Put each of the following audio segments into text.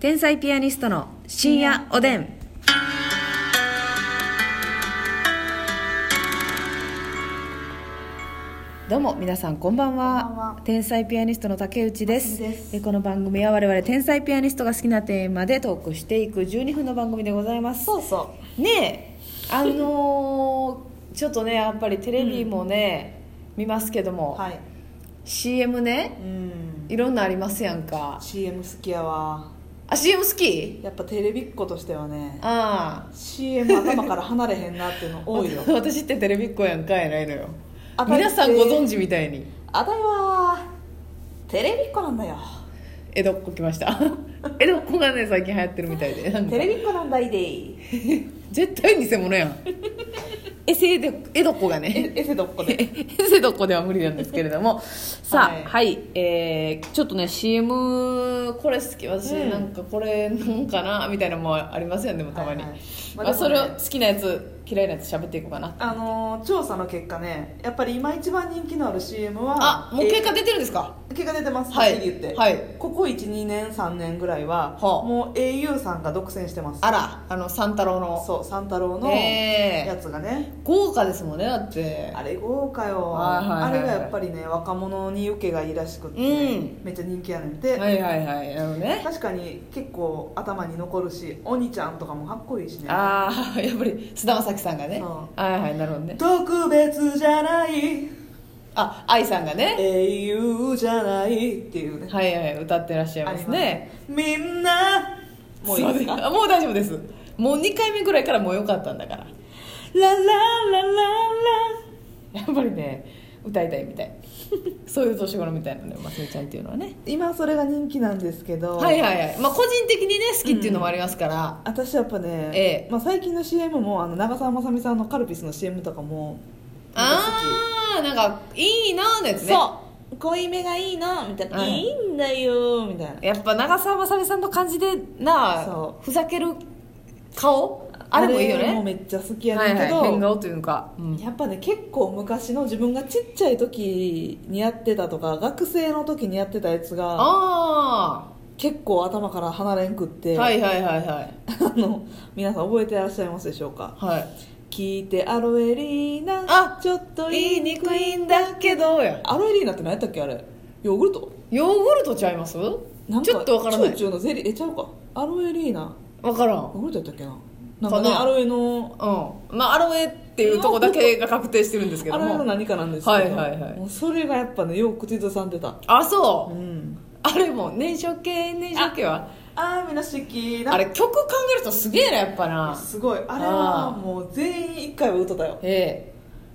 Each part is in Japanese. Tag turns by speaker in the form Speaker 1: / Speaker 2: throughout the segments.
Speaker 1: 天才ピアニストの深夜おでん。どうも皆さんこんばんは
Speaker 2: こんばんは
Speaker 1: 天才ピアニストの竹内です
Speaker 2: 竹内です
Speaker 1: えこの番組は我々天才ピアニストが好きなテーマでトークしていく12分の番組でございます
Speaker 2: そうそ
Speaker 1: ねえあのーちょっとねやっぱりテレビもね、見ますけど
Speaker 2: う
Speaker 1: も、
Speaker 2: はい
Speaker 1: CM ね
Speaker 2: うん
Speaker 1: いろんなありますやんか
Speaker 2: CM 好きやわ
Speaker 1: あ CM 好き
Speaker 2: やっぱテレビっ子としてはね
Speaker 1: ああ
Speaker 2: CM 頭から離れへんなっていうの多いよ
Speaker 1: 私ってテレビっ子やんかやないのよ
Speaker 2: あたりって
Speaker 1: 皆さんご存知みたいに
Speaker 2: あたいはテレビっ子なんだよ
Speaker 1: 江戸っ子来ました 江戸っ子がね最近流行ってるみたいでなんか
Speaker 2: テレビっ子なんだいでい
Speaker 1: 絶対偽物 やんエセで江戸っ子がね
Speaker 2: エセどっこで
Speaker 1: えせどこでは無理なんですけれどもさあは
Speaker 2: はいい、
Speaker 1: えーちょっとね CM これ好き私、
Speaker 2: うん
Speaker 1: なんかこれなんかなみたいなのもありますよねでもたまに、
Speaker 2: はいはい
Speaker 1: ま
Speaker 2: まあ
Speaker 1: あ
Speaker 2: でもね
Speaker 1: それを好きなやつ嫌いなやつ喋っていこうかな
Speaker 2: あのー調査の結果ねやっぱり今一番人気のある CM は
Speaker 1: あもう結
Speaker 2: え
Speaker 1: 果出てるんですか
Speaker 2: ー結果出てます
Speaker 1: は
Speaker 2: はいっきり言って、
Speaker 1: はい
Speaker 2: ここ12年3年ぐらいは、
Speaker 1: はあ
Speaker 2: もう au さんが独占してます
Speaker 1: あらあの三太郎の
Speaker 2: そう三太郎の
Speaker 1: ええ
Speaker 2: やつがね、
Speaker 1: 豪華ですもんねだって
Speaker 2: あれ豪華よ、
Speaker 1: はいはいはいはい
Speaker 2: あれがやっぱりね若者に受けがいいらしくって、
Speaker 1: うん
Speaker 2: めっちゃ人気やねんて、
Speaker 1: はいはいはいなるほどね
Speaker 2: 確かに結構頭に残るし鬼ちゃんとかもかっこいいしね
Speaker 1: ああ やっぱり菅田将暉さんがね
Speaker 2: そ
Speaker 1: はいはいなるほどね
Speaker 2: 特別じゃない
Speaker 1: あ愛さんがね
Speaker 2: 英雄じゃないっていうね
Speaker 1: はいはい歌ってらっしゃいますね
Speaker 2: ありますねみんなもういいで
Speaker 1: そ
Speaker 2: す
Speaker 1: う
Speaker 2: か
Speaker 1: あもう大丈夫ですもう2回目ぐらいからもう良かったんだから
Speaker 2: ラララララ
Speaker 1: やっぱりね歌いたいみたい そういう年頃みたいなのよますみちゃんっていうのはね
Speaker 2: 今それが人気なんですけど
Speaker 1: はいはいはいまあ個人的にね好きっていうのもありますから、
Speaker 2: 私やっぱね、
Speaker 1: ええ
Speaker 2: まあ、最近の CM もあの長澤まさみさんのカルピスの CM とかもなんか好き
Speaker 1: ああなんかいいなーのやつね
Speaker 2: そう濃いめがいいのみたいな、
Speaker 1: はい
Speaker 2: い、いんだよみたいな
Speaker 1: やっぱ長澤まさみさんの感じでなあ
Speaker 2: そ
Speaker 1: ふざける顔あれもいいよ
Speaker 2: あれも
Speaker 1: ね
Speaker 2: めっちゃ好きや
Speaker 1: は
Speaker 2: ね
Speaker 1: い
Speaker 2: ん
Speaker 1: は
Speaker 2: け
Speaker 1: い
Speaker 2: ど、
Speaker 1: 変顔というか、うん
Speaker 2: やっぱね結構昔の自分がちっちゃい時にやってたとか学生の時にやってたやつが
Speaker 1: あ
Speaker 2: 結構頭から離れんくって、
Speaker 1: あはいはいはいはい
Speaker 2: あの皆さん覚えてらっしゃいますでしょうか
Speaker 1: はい
Speaker 2: 聞いてアロエリーナ
Speaker 1: あ
Speaker 2: ちょっと
Speaker 1: 言
Speaker 2: い
Speaker 1: い
Speaker 2: い
Speaker 1: にくいんだけどや
Speaker 2: アロエリーナって何やったっけあれヨーグルト
Speaker 1: ヨーグルトちゃいます
Speaker 2: なん
Speaker 1: ちょっとわからな
Speaker 2: チュー
Speaker 1: い
Speaker 2: チューのゼリーえちゃうかアロエリーナ
Speaker 1: わから
Speaker 2: ヨー
Speaker 1: ん
Speaker 2: グルトやったっけななんかね
Speaker 1: かな
Speaker 2: アロエの
Speaker 1: うんまあアロエっていうとこだけが確定してるんですけど
Speaker 2: あれの
Speaker 1: も
Speaker 2: 何かなんですけど、
Speaker 1: はいはいはい
Speaker 2: もうそれがやっぱねよく口ずさんでた
Speaker 1: あ
Speaker 2: う
Speaker 1: そうんあれも燃焼系燃焼系は
Speaker 2: あーみんな好きな
Speaker 1: あれ曲考えるとすげえなやっぱな
Speaker 2: すごいあれ
Speaker 1: あ
Speaker 2: は
Speaker 1: ー
Speaker 2: もう全員一回は歌ったよ
Speaker 1: ええ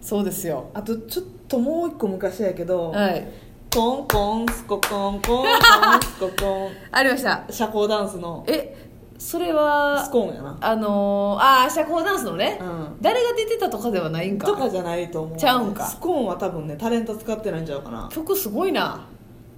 Speaker 1: そうですよ
Speaker 2: あとちょっともう一個昔やけど、
Speaker 1: はい
Speaker 2: コンコンスココンコンコンスココン
Speaker 1: ありました
Speaker 2: 社交ダンスの
Speaker 1: えそれ
Speaker 2: ス
Speaker 1: は
Speaker 2: コーンやな
Speaker 1: あのー、ああ社交ダンスのね、
Speaker 2: うん
Speaker 1: 誰が出てたとかではないんか
Speaker 2: とかじゃないと思う
Speaker 1: ちゃうんか
Speaker 2: スコーンは多分ねタレント使ってないんちゃうかな
Speaker 1: 曲すごいな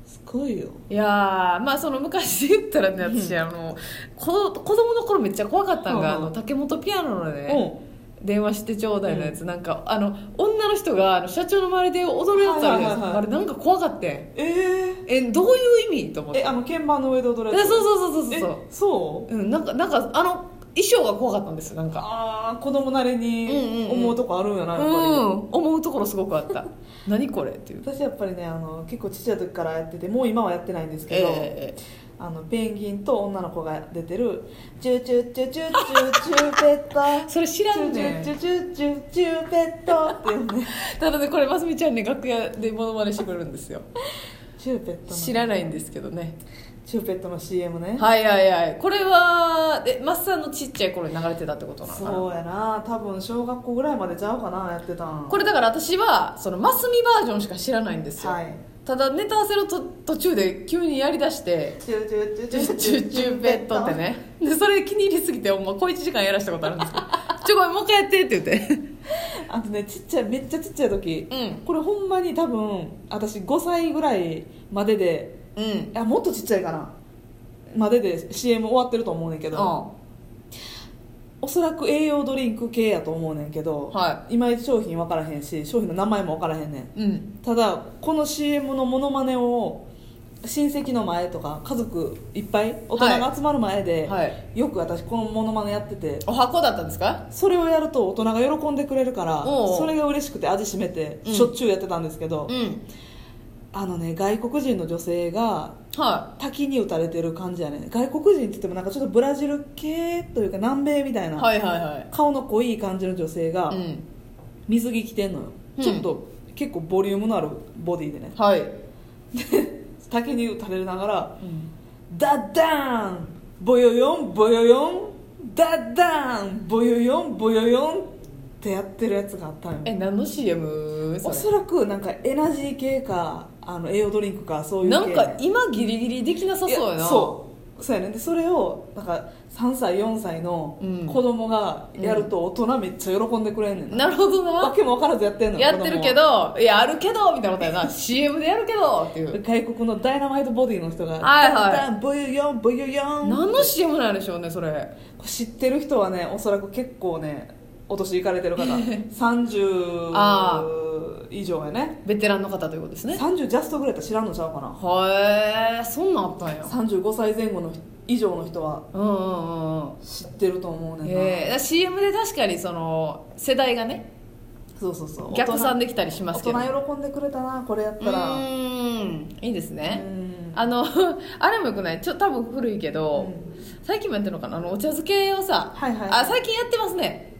Speaker 2: すごいよ
Speaker 1: いやーまあその昔で言ったらね私あの子子供の頃めっちゃ怖かったんが、
Speaker 2: うんうん
Speaker 1: あの竹本ピアノの
Speaker 2: う
Speaker 1: ね、
Speaker 2: ん
Speaker 1: 電話してちょうだいのやつ、なんかあの女の人があの社長の周りで踊るやつあるじゃないですか、
Speaker 2: はいはいはいはい
Speaker 1: あれなんか怖かって
Speaker 2: えー、
Speaker 1: えどういう意味と思って
Speaker 2: えあの鍵盤の上で踊る
Speaker 1: え
Speaker 2: や
Speaker 1: そう
Speaker 2: つ
Speaker 1: そうそうそうそう
Speaker 2: えそう
Speaker 1: う、ん、なんかなんかあの衣装が怖かったんですよなんか
Speaker 2: ああ子供なりに思うとこあるんや
Speaker 1: う
Speaker 2: な、やっぱり、
Speaker 1: ん思うところすごくあった何これっていう
Speaker 2: 私やっぱりねあの結構ちっちゃい時からやっててもう今はやってないんですけど、
Speaker 1: え
Speaker 2: あのペンギンと女の子が出てる「チューチューチューチューチューチューペッ
Speaker 1: ー
Speaker 2: ト」
Speaker 1: それ知らん
Speaker 2: チュ
Speaker 1: ね
Speaker 2: ーチューチューチューチューチューペットっていうね
Speaker 1: ただねこれますみちゃんね楽屋でモノマネしてくれるんですよ
Speaker 2: チューペットの
Speaker 1: 知らないんですけどね
Speaker 2: チューペットの CM ね、
Speaker 1: はいはいはいこれはえマッサンのちっちゃい頃に流れてたってことなのかな
Speaker 2: そうやな多分小学校ぐらいまでちゃうかなやってたん
Speaker 1: これだから私はそのマスミバージョンしか知らないんですよ、
Speaker 2: はい
Speaker 1: ただネタ合わせのと途中で急にやりだして
Speaker 2: チューチューチュ
Speaker 1: 「
Speaker 2: ー
Speaker 1: チュチュチュペット」ってねでそれ気に入りすぎてもう小1時間やらしたことあるんですけど「ちょごめんもう一回やって」って言って
Speaker 2: あとねちっちゃいめっちゃちっちゃい時、
Speaker 1: うん
Speaker 2: これほんまに多分私5歳ぐらいまでで
Speaker 1: うん
Speaker 2: あもっとちっちゃいかなまでで CM 終わってると思うねんけ
Speaker 1: うん
Speaker 2: ど、おそらく栄養ドリンク系やと思うねんけど、
Speaker 1: はい
Speaker 2: まいち商品分からへんし商品の名前も分からへんねん
Speaker 1: うん
Speaker 2: ただこの CM のモノマネを親戚の前とか家族いっぱい大人が集まる前で、
Speaker 1: はい
Speaker 2: よく私このモノマネやってて
Speaker 1: お箱だったんですか
Speaker 2: それをやると大人が喜んでくれるから
Speaker 1: おう
Speaker 2: それが嬉しくて味しめて
Speaker 1: うん
Speaker 2: しょっちゅうやってたんですけど、
Speaker 1: うん
Speaker 2: あのね外国人の女性が
Speaker 1: は
Speaker 2: 滝に打たれてる感じやね外国人って言ってもなんかちょっとブラジル系というか南米みたい
Speaker 1: い
Speaker 2: な、
Speaker 1: はいはいはい
Speaker 2: 顔の濃い感じの女性が
Speaker 1: うん
Speaker 2: 水着着てんのよ、
Speaker 1: うん
Speaker 2: ちょっと結構ボリュームのあるボディでね
Speaker 1: はい、
Speaker 2: 竹に打たれながら「ダッダーンボヨヨンボヨヨンダッダーンボヨヨンボヨヨン」ってやってるやつがあったんよ
Speaker 1: え何の CM そ
Speaker 2: お
Speaker 1: れ
Speaker 2: そらくなんかエナジー系かあの栄養ドリンクかそういう系
Speaker 1: なんか今ギリギリできなさそうや
Speaker 2: い
Speaker 1: な
Speaker 2: そうそうやねんでそれをなんか3歳4歳の子供がやると大人めっちゃ喜んでくれんねん
Speaker 1: な
Speaker 2: な、
Speaker 1: るほど
Speaker 2: わ
Speaker 1: な
Speaker 2: けも分からずやってんの
Speaker 1: やってるけどいやあるけどみたいなことやな CM でやるけどってい
Speaker 2: 子供
Speaker 1: う
Speaker 2: 外国のダイナマイトボディの人
Speaker 1: は
Speaker 2: が
Speaker 1: いはい
Speaker 2: ダンダンブユヨンブユヨン
Speaker 1: 何の CM なんでしょうねそれ
Speaker 2: 知ってる人はねおそらく結構ねお年いかれて る方30
Speaker 1: あ
Speaker 2: 以上やね
Speaker 1: ベテランの方ということですね
Speaker 2: 30ジャストぐらいやったら知らんのちゃうかな
Speaker 1: へえそんなんあったんや
Speaker 2: 35歳前後の人以上の人は
Speaker 1: うんうんうんうん
Speaker 2: 知ってると思うねんな、
Speaker 1: えー、だから CM で確かにその世代がね
Speaker 2: そうそうそう
Speaker 1: 逆算
Speaker 2: で
Speaker 1: できたりしま
Speaker 2: 大
Speaker 1: すけどう
Speaker 2: 人喜んでくれたなこれやったら
Speaker 1: ーんいいですね
Speaker 2: うん
Speaker 1: あの あれもよくないちょ多分古いけど、
Speaker 2: うん
Speaker 1: 最近もやってるのかなあのお茶漬けをさ、
Speaker 2: はいはい
Speaker 1: あ最近やってますね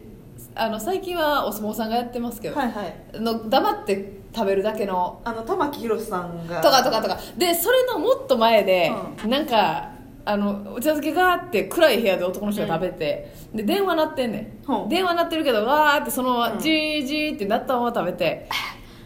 Speaker 1: あの最近はお相撲さんがやってますけど、
Speaker 2: はいはい
Speaker 1: あの黙って食べるだけの
Speaker 2: あの玉木宏さんが
Speaker 1: とかとかとかでそれのもっと前で、なんかあのお茶漬けがあって暗い部屋で男の人が食べて、で電話鳴ってんねん、
Speaker 2: ほう
Speaker 1: 電話鳴ってるけどわーってそのま
Speaker 2: うん
Speaker 1: まじーじーってなったまま食べて、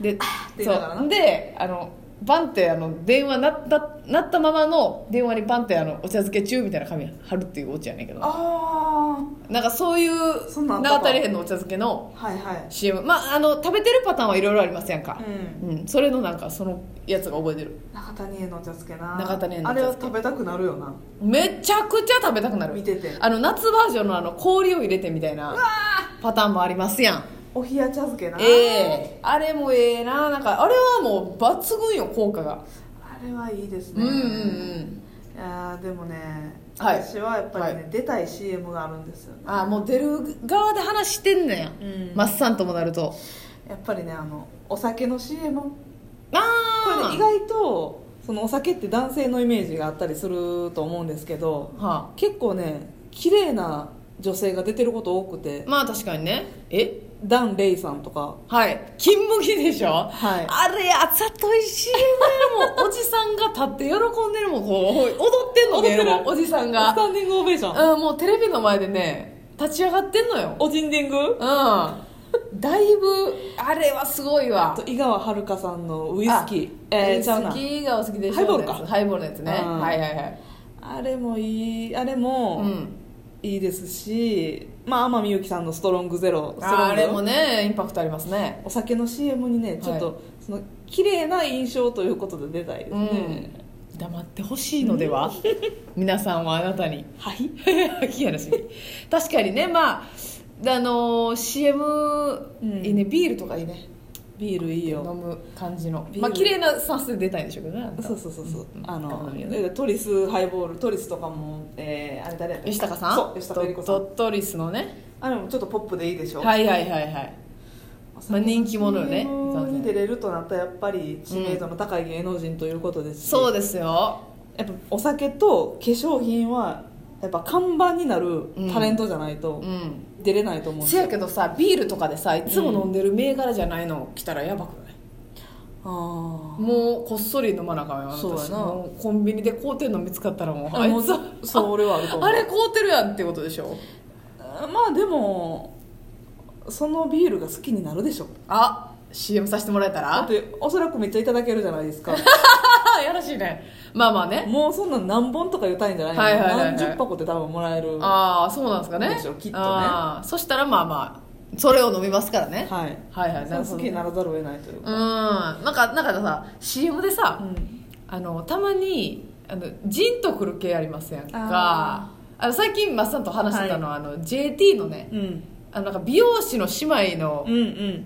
Speaker 1: で
Speaker 2: て言いながらな
Speaker 1: そうであのバンってあの電話鳴った鳴ったままの電話にバンってあのお茶漬け中みたいな紙貼るっていうオチやねんけど
Speaker 2: あ
Speaker 1: なんかそういう
Speaker 2: そんなんあ
Speaker 1: 名
Speaker 2: ったか
Speaker 1: 当たりへんのお茶漬けの
Speaker 2: あはいはい
Speaker 1: CM まああの食べてるパターンはいろいろありますやんか、
Speaker 2: う
Speaker 1: うん、それのなんかそのやつが覚えてる
Speaker 2: 中谷へのお茶漬けな
Speaker 1: 中谷への
Speaker 2: あ
Speaker 1: お茶
Speaker 2: れは
Speaker 1: 漬け
Speaker 2: 食べたくなるよな
Speaker 1: めちゃくちゃ食べたくなる
Speaker 2: 見てて
Speaker 1: あの夏バージョンのあの氷を入れてみたいなパターンもありますやん
Speaker 2: お冷や茶漬けな
Speaker 1: ええあれもええななんかあれはもう抜群よ効果が
Speaker 2: あれはいいです
Speaker 1: う
Speaker 2: ね
Speaker 1: んうんうん
Speaker 2: いやーでもね、
Speaker 1: はい
Speaker 2: 私はやっぱりね、
Speaker 1: は
Speaker 2: 出たい CM があるんですよね
Speaker 1: ああもう出る側で話してんね
Speaker 2: うんん
Speaker 1: マッサンともなると
Speaker 2: やっぱりねあのお酒の CM これ
Speaker 1: あ
Speaker 2: ね
Speaker 1: あ
Speaker 2: 意外とそのお酒って男性のイメージがあったりすると思うんですけど
Speaker 1: は
Speaker 2: 結構ね綺麗な女性が出てること多くて
Speaker 1: あ、まあ確かにねえ
Speaker 2: ダン・レイさんとか
Speaker 1: はい金麦でしょ
Speaker 2: はい
Speaker 1: あれあざとい CM やもうおじさんが立って喜んでるもんこう踊ってんのねもうおじさんが
Speaker 2: スタンディングオベーション
Speaker 1: うん、もうテレビの前でね立ち上がってんのよ
Speaker 2: おじんでんぐ
Speaker 1: うんだいぶあれはすごいわ
Speaker 2: あと井川遥さんのウイスキーえー、ちゃうな
Speaker 1: 好きがお好きでしょ
Speaker 2: ハイボールか
Speaker 1: ハイボールのやつね
Speaker 2: うん
Speaker 1: はいはいはい
Speaker 2: あれもいいあれ
Speaker 1: う
Speaker 2: も、
Speaker 1: ん
Speaker 2: いいですし、まあ、天海祐希さんの「ストロングゼロ」ストロング
Speaker 1: あれもねインパクトありますね
Speaker 2: お酒の CM にねちょっと、
Speaker 1: はい
Speaker 2: その綺麗な印象ということで出たいです
Speaker 1: う
Speaker 2: ね
Speaker 1: ん、黙ってほしいので は皆さんはあなたに
Speaker 2: はい
Speaker 1: 秋やらしい確かにねまああのー CM、
Speaker 2: うん
Speaker 1: いいねビールとかいいね
Speaker 2: ビールいい
Speaker 1: 飲
Speaker 2: よ
Speaker 1: む感じの
Speaker 2: ビール
Speaker 1: まあ綺麗なサスで出たいんでしょうけどねあなたは
Speaker 2: そうそうそうそう、
Speaker 1: ん
Speaker 2: あ
Speaker 1: 好
Speaker 2: の
Speaker 1: みよね
Speaker 2: トリスハイボールトリスとかも、えー、あれ誰やったっけ
Speaker 1: 吉高さん
Speaker 2: そう吉高由里子さ
Speaker 1: ド
Speaker 2: ん
Speaker 1: ットリスのね
Speaker 2: あれもちょっとポップでいいでしょ
Speaker 1: はいはいはいはい
Speaker 2: お酒
Speaker 1: まあ人気者よね
Speaker 2: CM に出れるとなったらやっぱり知名度の高い芸能人ということですし、
Speaker 1: そうですよ
Speaker 2: やっぱお酒と化粧品はやっぱ看板になるタレントじゃないと
Speaker 1: うん
Speaker 2: 出れないと思うんです
Speaker 1: せ
Speaker 2: よ、
Speaker 1: やけどさビールとかでさいつも飲んでる銘柄じゃないの来たらやばくない、
Speaker 2: あ
Speaker 1: もうこっそり飲まなあかんよあなた
Speaker 2: そうやな
Speaker 1: もうコンビニで買うてんの見つかったらもう
Speaker 2: あ
Speaker 1: あい
Speaker 2: もう
Speaker 1: つ
Speaker 2: そそう俺はあると思う
Speaker 1: あれ買うてるやんってことでしょ
Speaker 2: あまあでもそのビールが好きになるでしょ
Speaker 1: あ CM させてもらえた
Speaker 2: だ
Speaker 1: ら
Speaker 2: っ
Speaker 1: あ
Speaker 2: ておそらくめっちゃいただけるじゃないですか
Speaker 1: あやらしいねまあまあね
Speaker 2: もうそんなん何本とか言うたいんじゃないの、
Speaker 1: はいはいはいはい
Speaker 2: 何十箱って多分もらえるは
Speaker 1: ああそうなんですかね
Speaker 2: そうでしょきっとね
Speaker 1: あーそしたらまあまあそれを飲みますから
Speaker 2: い
Speaker 1: ね、
Speaker 2: はい
Speaker 1: はいはいなるほど
Speaker 2: 好きにならざるを得ないという
Speaker 1: うん
Speaker 2: か、
Speaker 1: なんかなんかさ CM でさ、
Speaker 2: うん
Speaker 1: あのたまにあのジンとくる系ありますやんか
Speaker 2: あ
Speaker 1: あの最近マッサンと話してたのは、あの JT のね
Speaker 2: うん、
Speaker 1: あのなんか美容師の姉妹の
Speaker 2: うんうん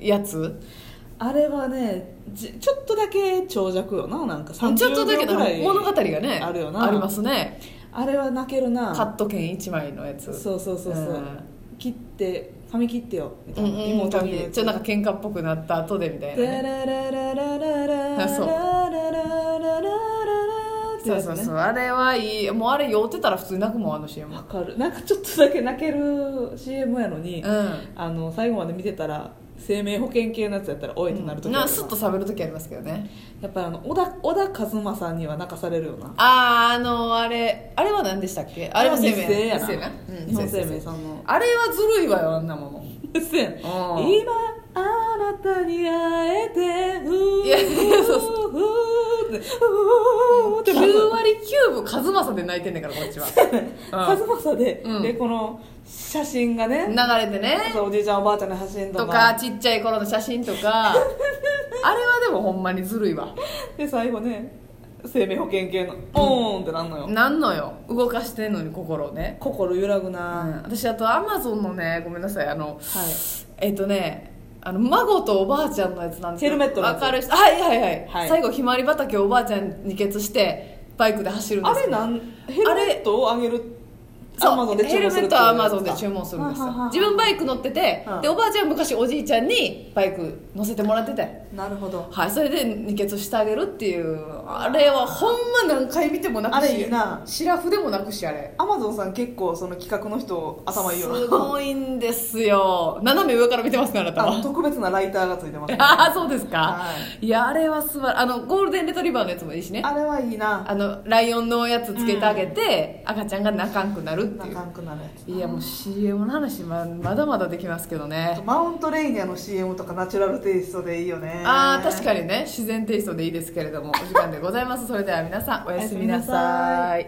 Speaker 1: やつ
Speaker 2: あれはねじちょっとだけ長尺よななんか30秒
Speaker 1: ちょっとだけ
Speaker 2: ぐらい
Speaker 1: 物語がね
Speaker 2: あるよな
Speaker 1: りますね
Speaker 2: あれは泣けるな
Speaker 1: カット券1枚のやつ
Speaker 2: そうそうそうそう、
Speaker 1: ん
Speaker 2: 切って髪切ってよみた
Speaker 1: う
Speaker 2: い
Speaker 1: ん
Speaker 2: な、
Speaker 1: うんうん、ちょ
Speaker 2: 妹に
Speaker 1: っとなんか喧嘩っぽくなった後でみたいな、
Speaker 2: ラ
Speaker 1: ね、
Speaker 2: ラララララララ
Speaker 1: あそう
Speaker 2: ラララララって
Speaker 1: そ
Speaker 2: や
Speaker 1: う
Speaker 2: つ
Speaker 1: そう
Speaker 2: ね
Speaker 1: そうあれはいいもうあれ酔ってたら普通に泣くもんあの CM
Speaker 2: わかるなんかちょっとだけ泣ける CM やのに、
Speaker 1: うん
Speaker 2: あの最後まで見てたら生命保険系のやつやったらおいってなるとき
Speaker 1: なスッと冷める時ありますけどね
Speaker 2: やっぱりあの小田小田和正には泣かされるよな
Speaker 1: あああのあれあれは何でしたっけあれは生命
Speaker 2: 日生やな
Speaker 1: 日生なうん
Speaker 2: 日本
Speaker 1: そうそう
Speaker 2: 生命
Speaker 1: そう
Speaker 2: さんの
Speaker 1: あれはずるいわよあんなもの
Speaker 2: せやん
Speaker 1: うん
Speaker 2: 今あなたに会えてうー
Speaker 1: いやそう
Speaker 2: うーってうーって
Speaker 1: 9割9分和正で泣いてんねんからこっちは
Speaker 2: 和正で、
Speaker 1: うん
Speaker 2: でこの写真が
Speaker 1: うん
Speaker 2: ね、
Speaker 1: 流れてね
Speaker 2: そうおじいちゃんおばあちゃんの写真とか
Speaker 1: とかちっちゃい頃の写真と かあれはでもほんまにずるいわ
Speaker 2: で最後ね生命保険系のポーンってなんのよ、
Speaker 1: なんのよ動かしてんのに心をね、
Speaker 2: 心揺らぐ
Speaker 1: う
Speaker 2: な、
Speaker 1: ん、私あとアマゾンのねごめんなさいあの
Speaker 2: はい
Speaker 1: えっ、とねあの孫とおばあちゃんのやつなんです
Speaker 2: ヘルメットのやつ
Speaker 1: 明るい人はいはいはい、
Speaker 2: はい
Speaker 1: 最後ひまわり畑をおばあちゃんに決してバイクで走るんで
Speaker 2: あ
Speaker 1: すよ
Speaker 2: れなんヘルメットをあげる
Speaker 1: そう
Speaker 2: アマゾンで注
Speaker 1: ヘ
Speaker 2: 文
Speaker 1: ル
Speaker 2: す
Speaker 1: メッ
Speaker 2: るって
Speaker 1: ト
Speaker 2: いう
Speaker 1: はア
Speaker 2: やつ
Speaker 1: マ
Speaker 2: か
Speaker 1: ゾンで注文するんです
Speaker 2: は
Speaker 1: よ
Speaker 2: ははは
Speaker 1: 自分バイク乗ってて
Speaker 2: うん
Speaker 1: でおばあちゃん昔おじいちゃんにバイク乗せてもらってて
Speaker 2: なるほど
Speaker 1: はいそれで二血してあげるっていうあれはほんま何回見てもなくし
Speaker 2: あれいいな
Speaker 1: シラフでもなくしあれ
Speaker 2: アマゾンさん結構その企画の人頭いいよな
Speaker 1: すごいんですよ斜め上から見てますからあなた
Speaker 2: あの
Speaker 1: は
Speaker 2: 特別なライターがついてま す、
Speaker 1: ああそうですか、、
Speaker 2: はい
Speaker 1: やあれは素晴らしいあのゴールデンレトリバーのやつもいいしね
Speaker 2: あれはいいな
Speaker 1: あのライオンのやつつけてあげて、赤ちゃんが泣かんくなるって
Speaker 2: 仲
Speaker 1: い
Speaker 2: 良
Speaker 1: う
Speaker 2: くなるやつ
Speaker 1: いやもう CM の話ままだまだできますけど
Speaker 2: あと
Speaker 1: ね
Speaker 2: マウントレーニアの CM とかナチュラルテイストでいいよね
Speaker 1: ああ確かにね自然テイストでいいですけれどもお時間でございますそれでは皆さんおやすみなさい